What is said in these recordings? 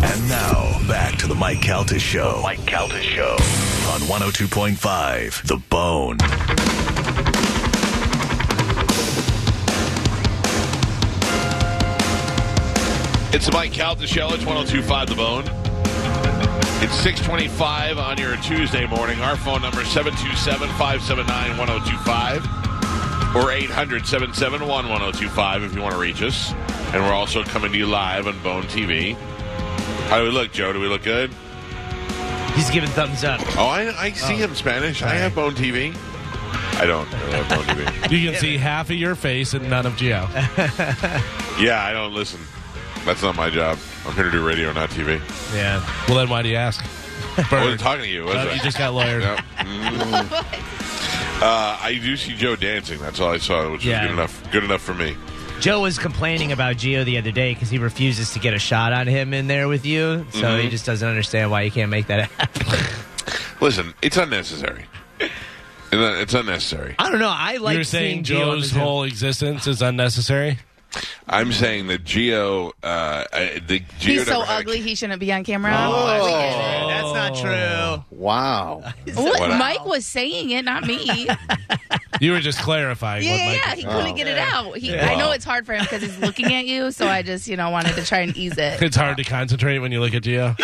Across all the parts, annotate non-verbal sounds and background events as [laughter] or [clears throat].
And now back to the Mike Calta Show. Mike Calta Show on 102.5 The Bone. It's the Mike Calta Show. It's 1025 The Bone. It's 625 on your Tuesday morning. Our phone number is 727 579 1025 or 800 771 1025 if you want to reach us. And we're also coming to you live on Bone TV. How do we look, Joe? Do we look good? He's giving thumbs up. Oh, I, I see him Spanish. I have Bone TV. I don't. I don't have Bone TV. You can see half of your face and none of Geo. [laughs] Yeah, I don't listen. That's not my job. I'm here to do radio, not TV. Yeah. Well, then why do you ask? I wasn't talking to Uh, you, was Oh, I? you just got lawyered. No. Mm. uh, I do see Joe dancing. That's all I saw, which Yeah. was good enough. Good enough for me. Joe was complaining about Gio the other day because he refuses to get a shot on him in there with you. So he just doesn't understand why you can't make that happen. Listen, it's unnecessary. It's un- It's unnecessary. I don't know. I like You're seeing saying Gio on the Joe's Zoom. whole existence is unnecessary? I'm saying that Geo, uh, I- the Geo He's so never had a- ugly he shouldn't be on camera. Oh, That's not true. Wow. What? Wow. Mike was saying it, not [laughs] me. yeah, You were just clarifying. what yeah, Mike yeah. He couldn't get it out. He, I know it's hard for him because he's looking at you, so I just, you know, wanted to try and ease it. [laughs] It's hard to concentrate when you look at Geo.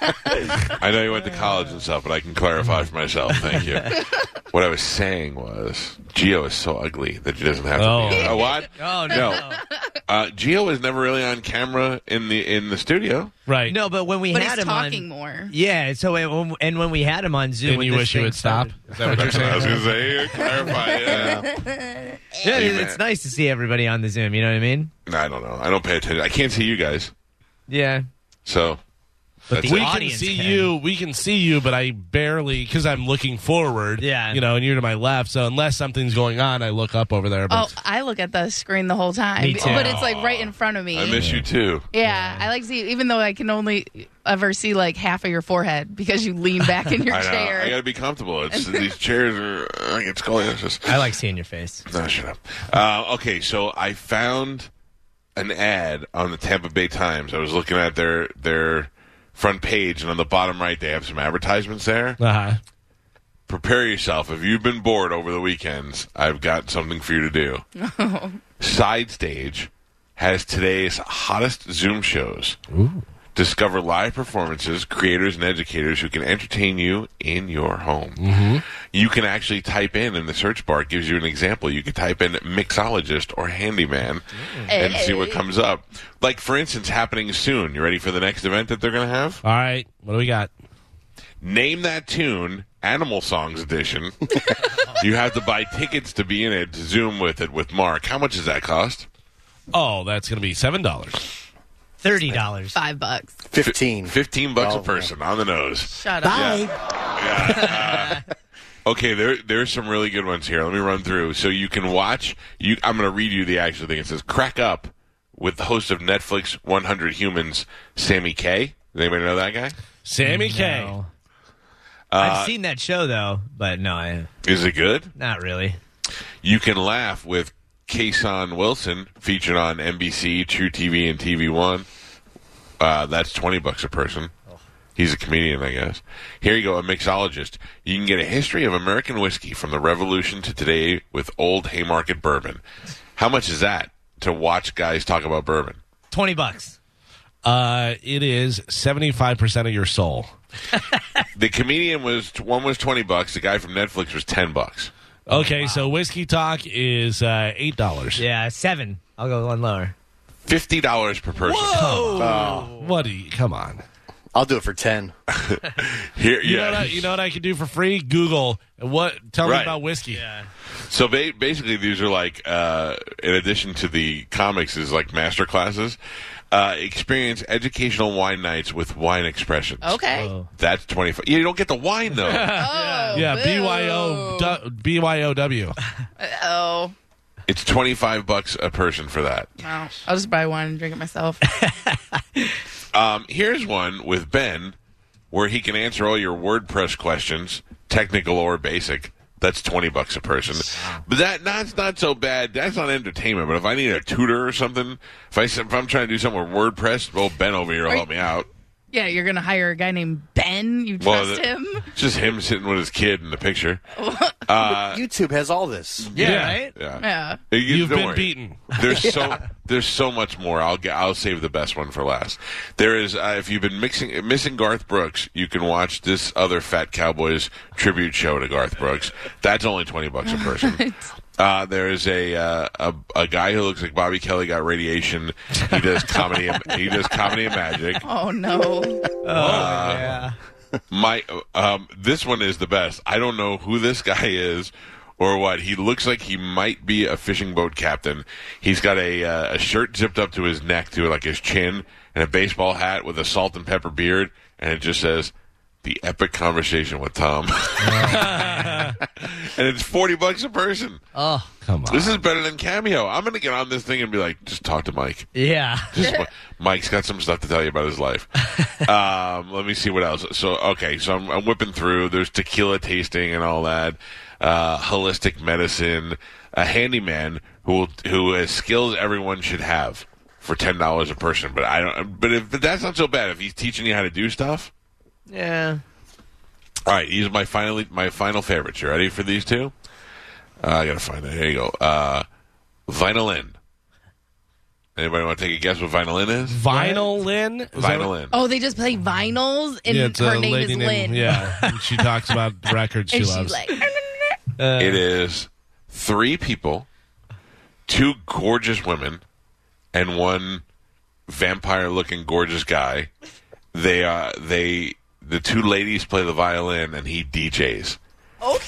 I know you went to college and stuff, but I can clarify for myself. Thank [laughs] you. what I was saying was, Geo is so ugly that he doesn't have Oh. to. Be. Oh, what? Oh, [laughs] no. No. Uh, Geo was never really on camera in the in the studio. Right. No, but when we But had he's him talking on, more. yeah. So uh, when- and when we had him on Zoom, Didn't when you this wish you thing would stop? started- Is that what you're I was saying? going to say, clarify. Yeah. [laughs] Yeah, Amen. it's nice to see everybody on the Zoom. You know what I mean? No, I don't know. I don't pay attention. I can't see you guys, Yeah. so But That's the we can audience see you. We can see you, but I barely because I'm looking forward. Yeah. You know, and you're to my left. So unless something's going on, I look up over there. Oh, But I look at the screen the whole time. Me too. But it's like right in front of me. I miss you too. yeah, I like to see, even though I can only ever see like half of your forehead because you lean back [laughs] in your I know. chair. I got to be comfortable. [laughs] It's these chairs are. I get scoliosis. I like seeing your face. No, shut up. Uh, okay, so I found an ad on the Tampa Bay Times. I was looking at their their front page, and on the bottom right, they have some advertisements there. uh-huh. Prepare yourself if you've been bored over the weekends. I've got something for you to do. Side Stage has today's hottest Zoom shows. Discover live performances, creators, and educators who can entertain you in your home. You can actually type in, and the search bar it gives you an example. You can type in mixologist or handyman and see what comes up. Like, for instance, happening soon. You ready for the next event that they're going to have? Oh. All right. What do we got? Name that tune, Animal Songs Edition. [laughs] you have to buy tickets to be in it, to Zoom with it with Mark. How much does that cost? Oh, that's going to be seven dollars. Thirty dollars. Five bucks. 15. 15 bucks Oh, a yeah. person on the [laughs] nose. [laughs] Shut up. Okay, there there's some really good ones here. Let me run through. So you can watch you I'm going to read you the actual thing. It says Crack Up with the host of Netflix 100 Humans, Sammy K. Does anybody know that guy? Sammy K. No. Uh, I've seen that show though, but no, I, Is it good? not really. You can laugh with Kason Wilson featured on NBC, True TV, and TV One. Uh, that's twenty bucks a person. He's a comedian, I guess. Here you go, a mixologist. You can get a history of American whiskey from the Revolution to today with Old Haymarket bourbon. How much is that to watch guys talk about bourbon? Twenty bucks. Uh, it is seventy five percent of your soul. The comedian was one was twenty bucks. The guy from Netflix was ten bucks. Okay, so whiskey talk is uh, eight dollars. Yeah, seven. I'll go one lower. Fifty dollars per person. What do you? Come on. I'll do it for 10. Here, yeah. You, know what I, you know what I could do for free? Google what. Tell Right. me about whiskey. So ba- basically, these are like, uh, in addition to the comics, is like master classes. Uh, uh, experience educational wine nights with wine expressions. Okay. Oh. That's 25. Yeah, you don't get the wine, though. Oh, yeah, boo. BYO, du- BYOW. Oh, it's 25 bucks a person for that. no. I'll just buy one and drink it myself. Um, here's one with Ben where he can answer all your WordPress questions, technical or basic. That's 20 bucks a person. But that that's not so bad. That's not entertainment. But if I need a tutor or something, if, I, s- if I'm trying to do something with WordPress, well, Ben over here will help me out. yeah, you're gonna hire a guy named Ben. You Well, trust the- him? It's just him sitting with his kid in the picture. YouTube has all this. Yeah, Yeah. right? Yeah. Yeah. You- You've don't been worry. beaten. There's so there's so much more. I'll get, I'll save the best one for last. There is uh, if you've been mixing missing Garth Brooks, you can watch this other Fat Cowboys tribute show to Garth Brooks. That's only twenty bucks a person. Uh, there is a, uh, a a guy who looks like Bobby Kelly got radiation. He does comedy. and- he does comedy and magic. Oh no. yeah. My um, this one is the best. I don't know who this [laughs] guy is or what. He looks like he might be a fishing boat captain. He's got a uh, a shirt zipped up to his neck to like his chin and a baseball hat with a salt and pepper beard and it just says the epic conversation with Tom. [laughs] and it's 40 bucks a person. Oh, Come on. This is better than Cameo. I'm going to get on this thing and be like just talk to Mike. yeah. Just, Mike's got some stuff to tell you about his life. um, let me see what else. So, okay, so I'm, I'm whipping through. There's tequila tasting and all that. Uh, holistic medicine. A handyman who will, who has skills everyone should have for ten dollars a person. But I don't. But if but that's not so bad if he's teaching you how to do stuff. Yeah. All right, these are my finally my final favorites. You ready for these two? Uh, I gotta find it. Here you go. Uh, vinylin. Anybody want to take a guess what vinylin is? Vinylin? Is that what- Vinylin. Oh, they just play vinyls, and Yeah, it's her a name lady is named- Lynn. [laughs] Yeah, and she talks about records she And she's loves. like, It is three people, two gorgeous women, and one vampire-looking gorgeous guy. They uh, they the two ladies play the violin, and he DJs. okay.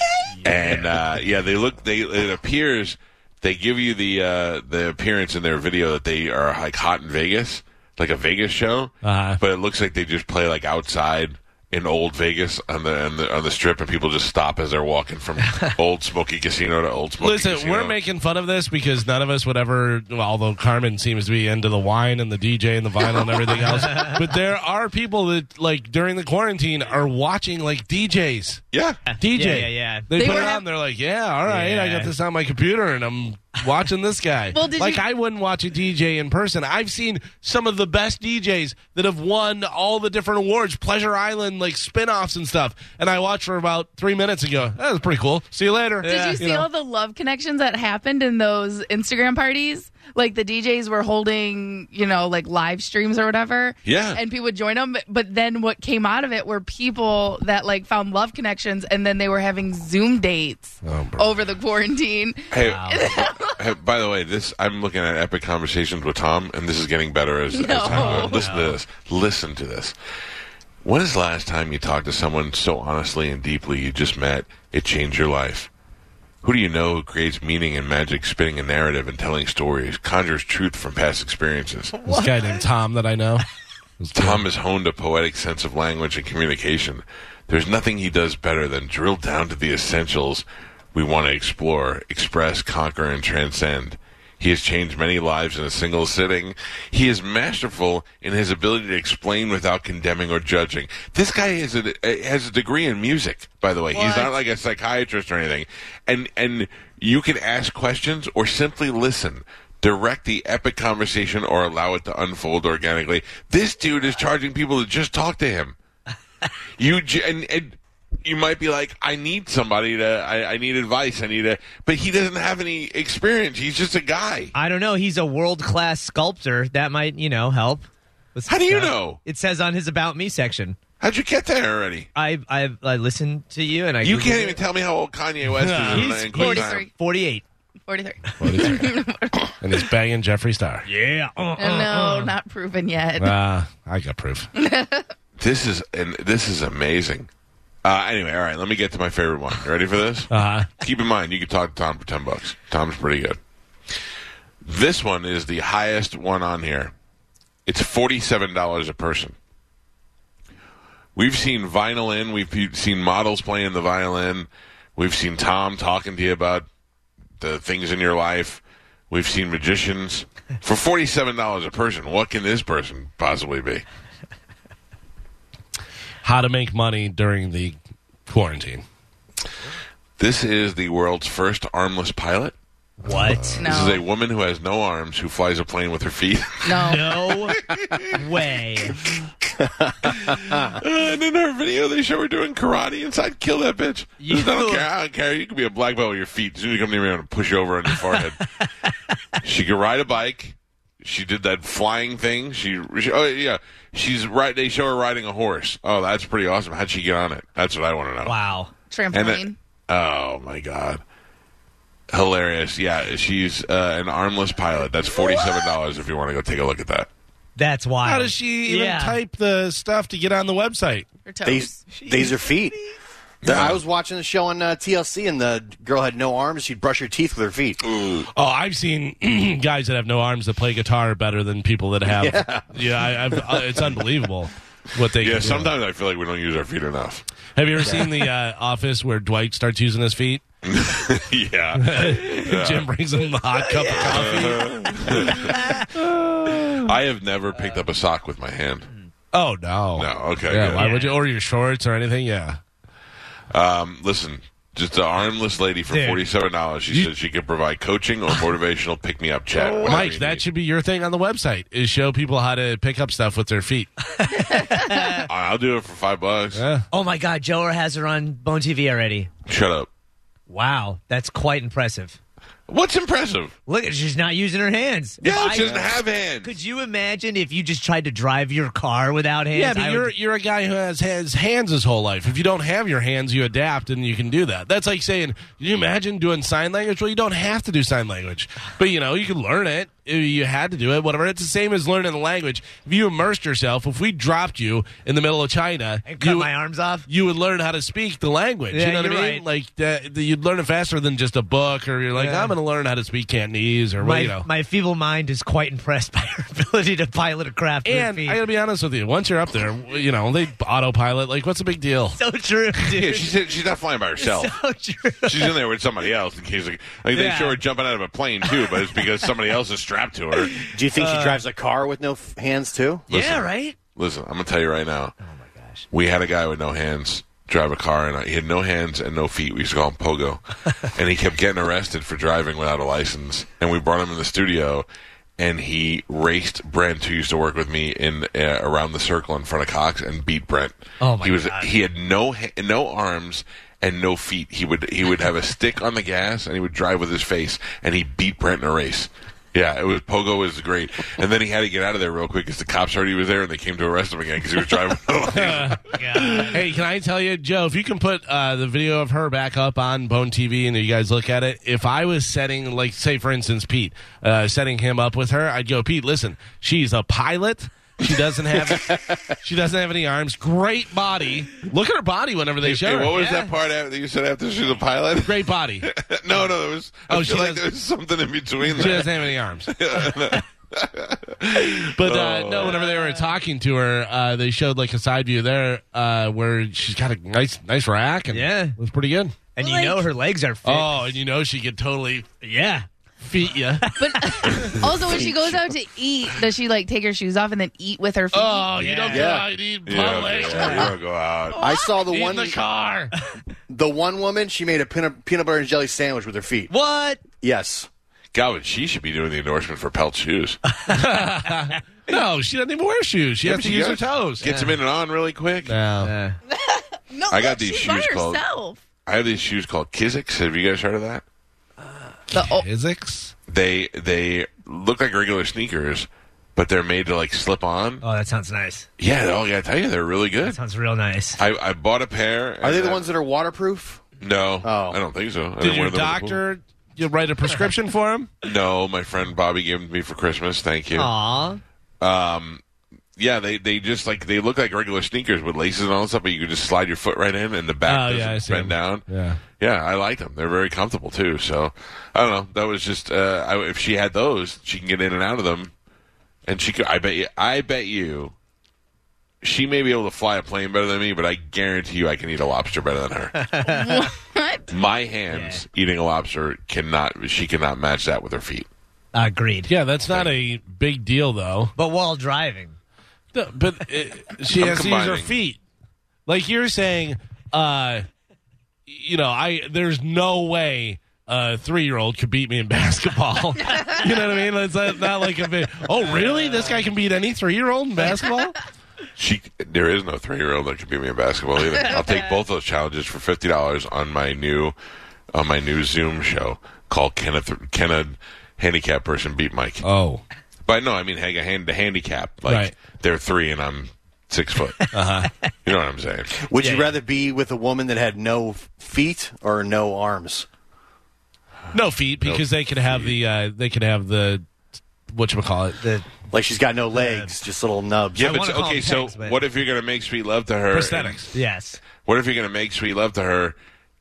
And uh, yeah, they look. They it appears they give you the uh, the appearance in their video that they are like hot in Vegas, like a Vegas show. Uh-huh. But it looks like they just play like outside in old Vegas on the, on the on the strip, and people just stop as they're walking [laughs] from Old Smoky Casino to Old Smoky. Listen, Casino. we're making fun of this because none of us would ever. Well, although Carmen seems to be into the wine and the DJ and the vinyl and [laughs] everything else, but there are people that like during the quarantine are watching like DJs. yeah. DJ, Yeah, yeah, yeah. They, They put were it hav- on. They're like, "Yeah, all right, I Yeah. got this on my computer, and I'm watching this guy." [laughs] Well, did like, you- I wouldn't watch a DJ in person. I've seen some of the best DJs that have won all the different awards, Pleasure Island, like spin-offs and stuff. And I watched for about three minutes and go, "That was pretty cool. See you later." Did you see all the love connections that happened in those Instagram parties? Like the DJs were holding, you know, like live streams or whatever. Yeah. And people would join them. But then what came out of it were people that like found love connections and then they were having Zoom dates Oh, over the quarantine. Hey, [laughs] hey, by the way, this I'm looking at Epic Conversations with Tom, and this is getting better as, as time No. goes. Listen to this. Listen to this. When is the last time you talked to someone so honestly and deeply you just met? It changed your life. Who do you know who creates meaning and magic, spinning a narrative and telling stories, conjures truth from past experiences? This guy named Tom that I [laughs] know. Tom has honed a poetic sense of language and communication. There's nothing he does better than drill down to the essentials we want to explore, express, conquer, and transcend. He has changed many lives in a single sitting. He is masterful in his ability to explain without condemning or judging. This guy is a, has a degree in music, by the way. He's not like a psychiatrist or anything. And and you can ask questions or simply listen direct the epic conversation or allow it to unfold organically. This dude is charging people to just talk to him. You j- and, and you might be like, I need somebody to, I, I need advice, I need a, but he doesn't have any experience. He's just a guy. I don't know. He's a world class sculptor. That might, you know, help. with some How do you stuff. know? It says on his About Me section. How'd you get there already? I I, I listened to you and I. You Googled can't it. even tell me how old Kanye West is. in- He's in quick time. 43. 48. 43. and he's banging Jeffree Star. Yeah. Uh, uh. no, not proven yet. Uh, I got proof. This is and this is amazing. Uh, anyway, all right, let me get to my favorite one. You ready for this? Uh-huh. Keep in mind, you can talk to Tom for ten bucks. Tom's pretty good. This one is the highest one on here. It's forty-seven dollars a person. We've seen violin. We've seen models playing the violin. We've seen Tom talking to you about the things in your life. We've seen magicians for forty-seven dollars a person. What can this person possibly be? How to make money during the quarantine. This is the world's first armless pilot. What? This is a No. woman who has no arms who flies a plane with her feet. [laughs] No. [laughs] No way. and in her video, they show her doing karate inside. Kill that bitch. You- I don't care. I don't care. You can be a black belt with your feet. As soon as you come near me, I'm going to push you over on your forehead. she could ride a bike. She did that flying thing. She, she oh yeah, she's right. They show her riding a horse. Oh, that's pretty awesome. How'd she get on it? That's what I want to know. Wow. And Trampoline. then- oh my god, hilarious! Yeah, she's uh, an armless pilot. That's forty-seven dollars if you want to go take a look at that. That's wild. How does she even Yeah. type the stuff to get on the website? Her toes. These, these are feet. The- I was watching the show on uh, TLC, and the girl had no arms. She'd brush her teeth with her feet. Oh, I've seen [clears throat] guys that have no arms that play guitar better than people that have. Yeah, I, I've, uh, it's unbelievable what they. Yeah, can do. sometimes I feel like we don't use our feet enough. [laughs] Have you ever seen the uh, Office where Dwight starts using his feet? [laughs] yeah. Jim brings him the hot cup of coffee. I have never picked up a sock with my hand. Oh no, No, okay. Yeah, good. why would you? Or your shorts or anything? Yeah. Um, listen, just an armless lady for Dude. forty-seven dollars. She said she could provide coaching or motivational pick-me-up chat. whatever Oh, Mike, you that need. should be your thing on the website is show people how to pick up stuff with their feet. I'll do it for five bucks. Oh my God, Joer has her on Bone TV already. Shut up. Wow, that's quite impressive. What's impressive? Look, she's not using her hands. If Yeah, I- she doesn't have hands. Could you imagine if you just tried to drive your car without hands? yeah, but I you're would- you're a guy who has has hands his whole life. If you don't have your hands, you adapt and you can do that. That's like saying, can you imagine doing sign language? Well, you don't have to do sign language, but you know you can learn it. If You had to do it, whatever. It's the same as learning the language. If you immersed yourself, if we dropped you in the middle of China, and cut you, my arms off. you would learn how to speak the language. Yeah, you know what I mean? you're right. Like that, that you'd learn it faster than just a book, or you're like, Yeah. I'm going to learn how to speak Cantonese, or what My, you know. my feeble mind is quite impressed by her [laughs] ability to pilot a craft. with her and feet. I got to be honest with you, once you're up there, you know they autopilot. Like, what's the big deal? [laughs] so true, Yeah, dude. she said she's not flying by [laughs] herself. so true. She's in there with somebody else in case like, like they Yeah. show her jumping out of a plane too, but it's because somebody else is strapped to her. Do you think she drives a car with no f- hands too? Yeah, right. Listen, I'm gonna tell you right now. Oh my gosh. We had a guy with no hands drive a car, and he had no hands and no feet. We used to call him Pogo, [laughs] and he kept getting arrested for driving without a license. And we brought him in the studio, and he raced Brent, who used to work with me in uh, around the circle in front of Cox, and beat Brent. Oh, my He was God. he had no ha- no arms. And no feet. He would he would have a stick on the gas, and he would drive with his face, and he beat Brent in a race. Yeah, it was Pogo was great, and then he had to get out of there real quick because the cops heard he was there and they came to arrest him again because he was driving. [laughs] Hey, can I tell you, Joe? If you can put uh, the video of her back up on Bone TV and you guys look at it, if I was setting, like, say for instance, Pete, uh, setting him up with her, I'd go, Pete, listen, she's a pilot. She doesn't have, [laughs] she doesn't have any arms. Great body. Look at her body whenever they show Hey, her. what was Yeah. that part after you said after she's a pilot? Great body. [laughs] She no, no, there was. I Oh, feel she like does- there was something in between there. doesn't have [laughs] any arms. But uh, Oh. no, whenever they were talking to her, uh, they showed like a side view there uh, where she's got a nice, nice rack, and Yeah. it was pretty good. And you know her legs are fit. Oh, and you know she could totally yeah. feet you. But also, when she goes out to eat, does she like take her shoes off and then eat with her feet? Oh, you don't go Yeah. out and eat in Yeah, public. yeah, you don't go out. I saw the Eat one in the car. [laughs] the one woman. She made a peanut, peanut butter and jelly sandwich with her feet. What? Yes. God, but she should be doing the endorsement for Pelt shoes. [laughs] no, she doesn't even wear shoes. She Yeah, has but to she use her does. toes. Gets them in and on really quick. No. Uh, no, I got look, these she's by shoes called- herself. I have these shoes called Kizik's. Have you guys heard of that? The, oh, Physics? They they look like regular sneakers, but they're made to like slip on. oh, that sounds nice. Yeah, oh, yeah, I tell you, they're really good. Sounds real nice. I, I bought a pair. Are they and the I- ones that are waterproof? No, Oh. I don't think so. I didn't Did wear your them at the pool. doctor you write a prescription for him? No, my friend Bobby gave them to me for Christmas. Thank you. Aw. Yeah, they they just like they look like regular sneakers with laces and all that stuff, but you can just slide your foot right in and the back Oh, yeah, I doesn't see bend down. Yeah. Yeah, I like them. They're very comfortable too. So I don't know. That was just uh, I, if she had those, she can get in and out of them and she could. I bet you. I bet you. She may be able to fly a plane better than me, but I guarantee you, I can eat a lobster better than her. What? My hands eating a lobster cannot. She cannot match that with her feet. Agreed. Yeah, that's not a big deal though. But while driving. No, But [laughs] it, she I'm has to use combining. her feet. Like you're saying, uh, you know, I there's no way a three year old could beat me in [laughs] basketball. you know what I mean? It's not, not like a big, oh really? This guy can beat any three year old in [laughs] basketball? She. There is no three-year-old that can beat me in basketball either. I'll take both those challenges for fifty dollars on my new, on my new Zoom show called Kenneth. Kenneth handicap person beat Mike. Oh, But no, I mean hang a hand to handicap. Like Right. Uh-huh. they're three and I'm six [laughs] foot. You know what I'm saying? Would you rather be with a woman that had no f- feet or no arms? no feet because they could have the uh, they could have the what you call it The Like she's got no legs, just little nubs. Yeah, I but wanna so- call okay. him So Tex, but- what if you're gonna make sweet love to her? prosthetics. yes. and- what if you're gonna make sweet love to her,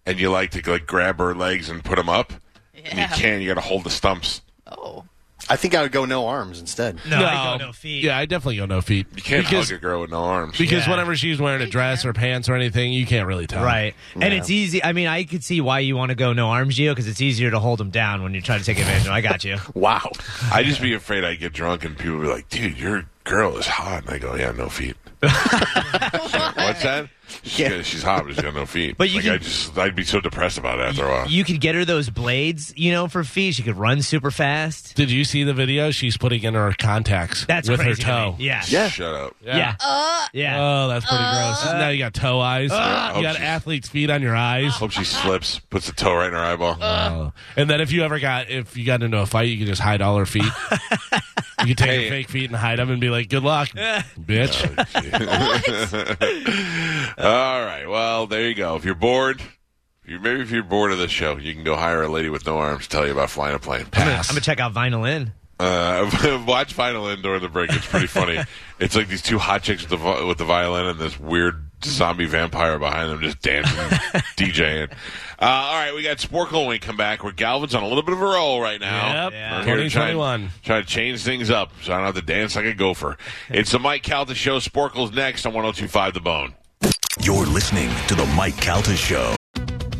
and you like to like grab her legs and put them up? And you Yeah. can. You got to hold the stumps. Oh. I think I would go no arms instead. No, I go no feet. Yeah, I definitely go no feet. You can't because, hug a girl with no arms. because Yeah. whenever she's wearing a dress or pants or anything, you can't really tell. Right. And it's easy. I mean, I could see why you want to go no arms, Gio, because it's easier to hold them down when you're trying to take advantage of 'em. I got you. Wow. I just be afraid I get drunk and people be like, "Dude, your girl is hot," and I go, "Yeah, no [laughs] feet." What's that? She's, Yeah. got- she's hot, but she's got no feet. But you like, can- I just, I'd be so depressed about it after a while. You could get her those blades, you know, for feet. She could run super fast. Did you see the video? She's putting in her contacts That's with her crazy to me. toe. Yeah. Yeah. Shut up. Yeah. yeah. Oh, that's pretty gross. now you got toe eyes. you Ah. Oh, got jeez. athlete's feet on your eyes. Hope she slips, puts a toe right in her eyeball. Uh. Oh. And then if you ever got if you got into a fight, you could just hide all her [laughs] feet. you could take Hey. her fake feet and hide them and be like, "Good [laughs] luck, bitch." [laughs] All right. Well, there you go. If you're bored, if you maybe if you're bored of this show, you can go hire a lady with no arms to tell you about flying a plane. I'm going to check out Vinyl In. Uh, [laughs] watch Vinyl In during the break. It's pretty funny. it's like these two hot chicks with the, vi- with the violin and this weird zombie vampire behind them just dancing, DJing. Uh, all right, we got Sporkle when we come back. We're Galvin's on a little bit of a roll right now. Yep. We're here to try and- 2021. Try to change things up so I don't have to dance like a gopher. It's the Mike Calta Show. Sporkle's next on 1025 The Bone. You're listening to the Mike Calta Show.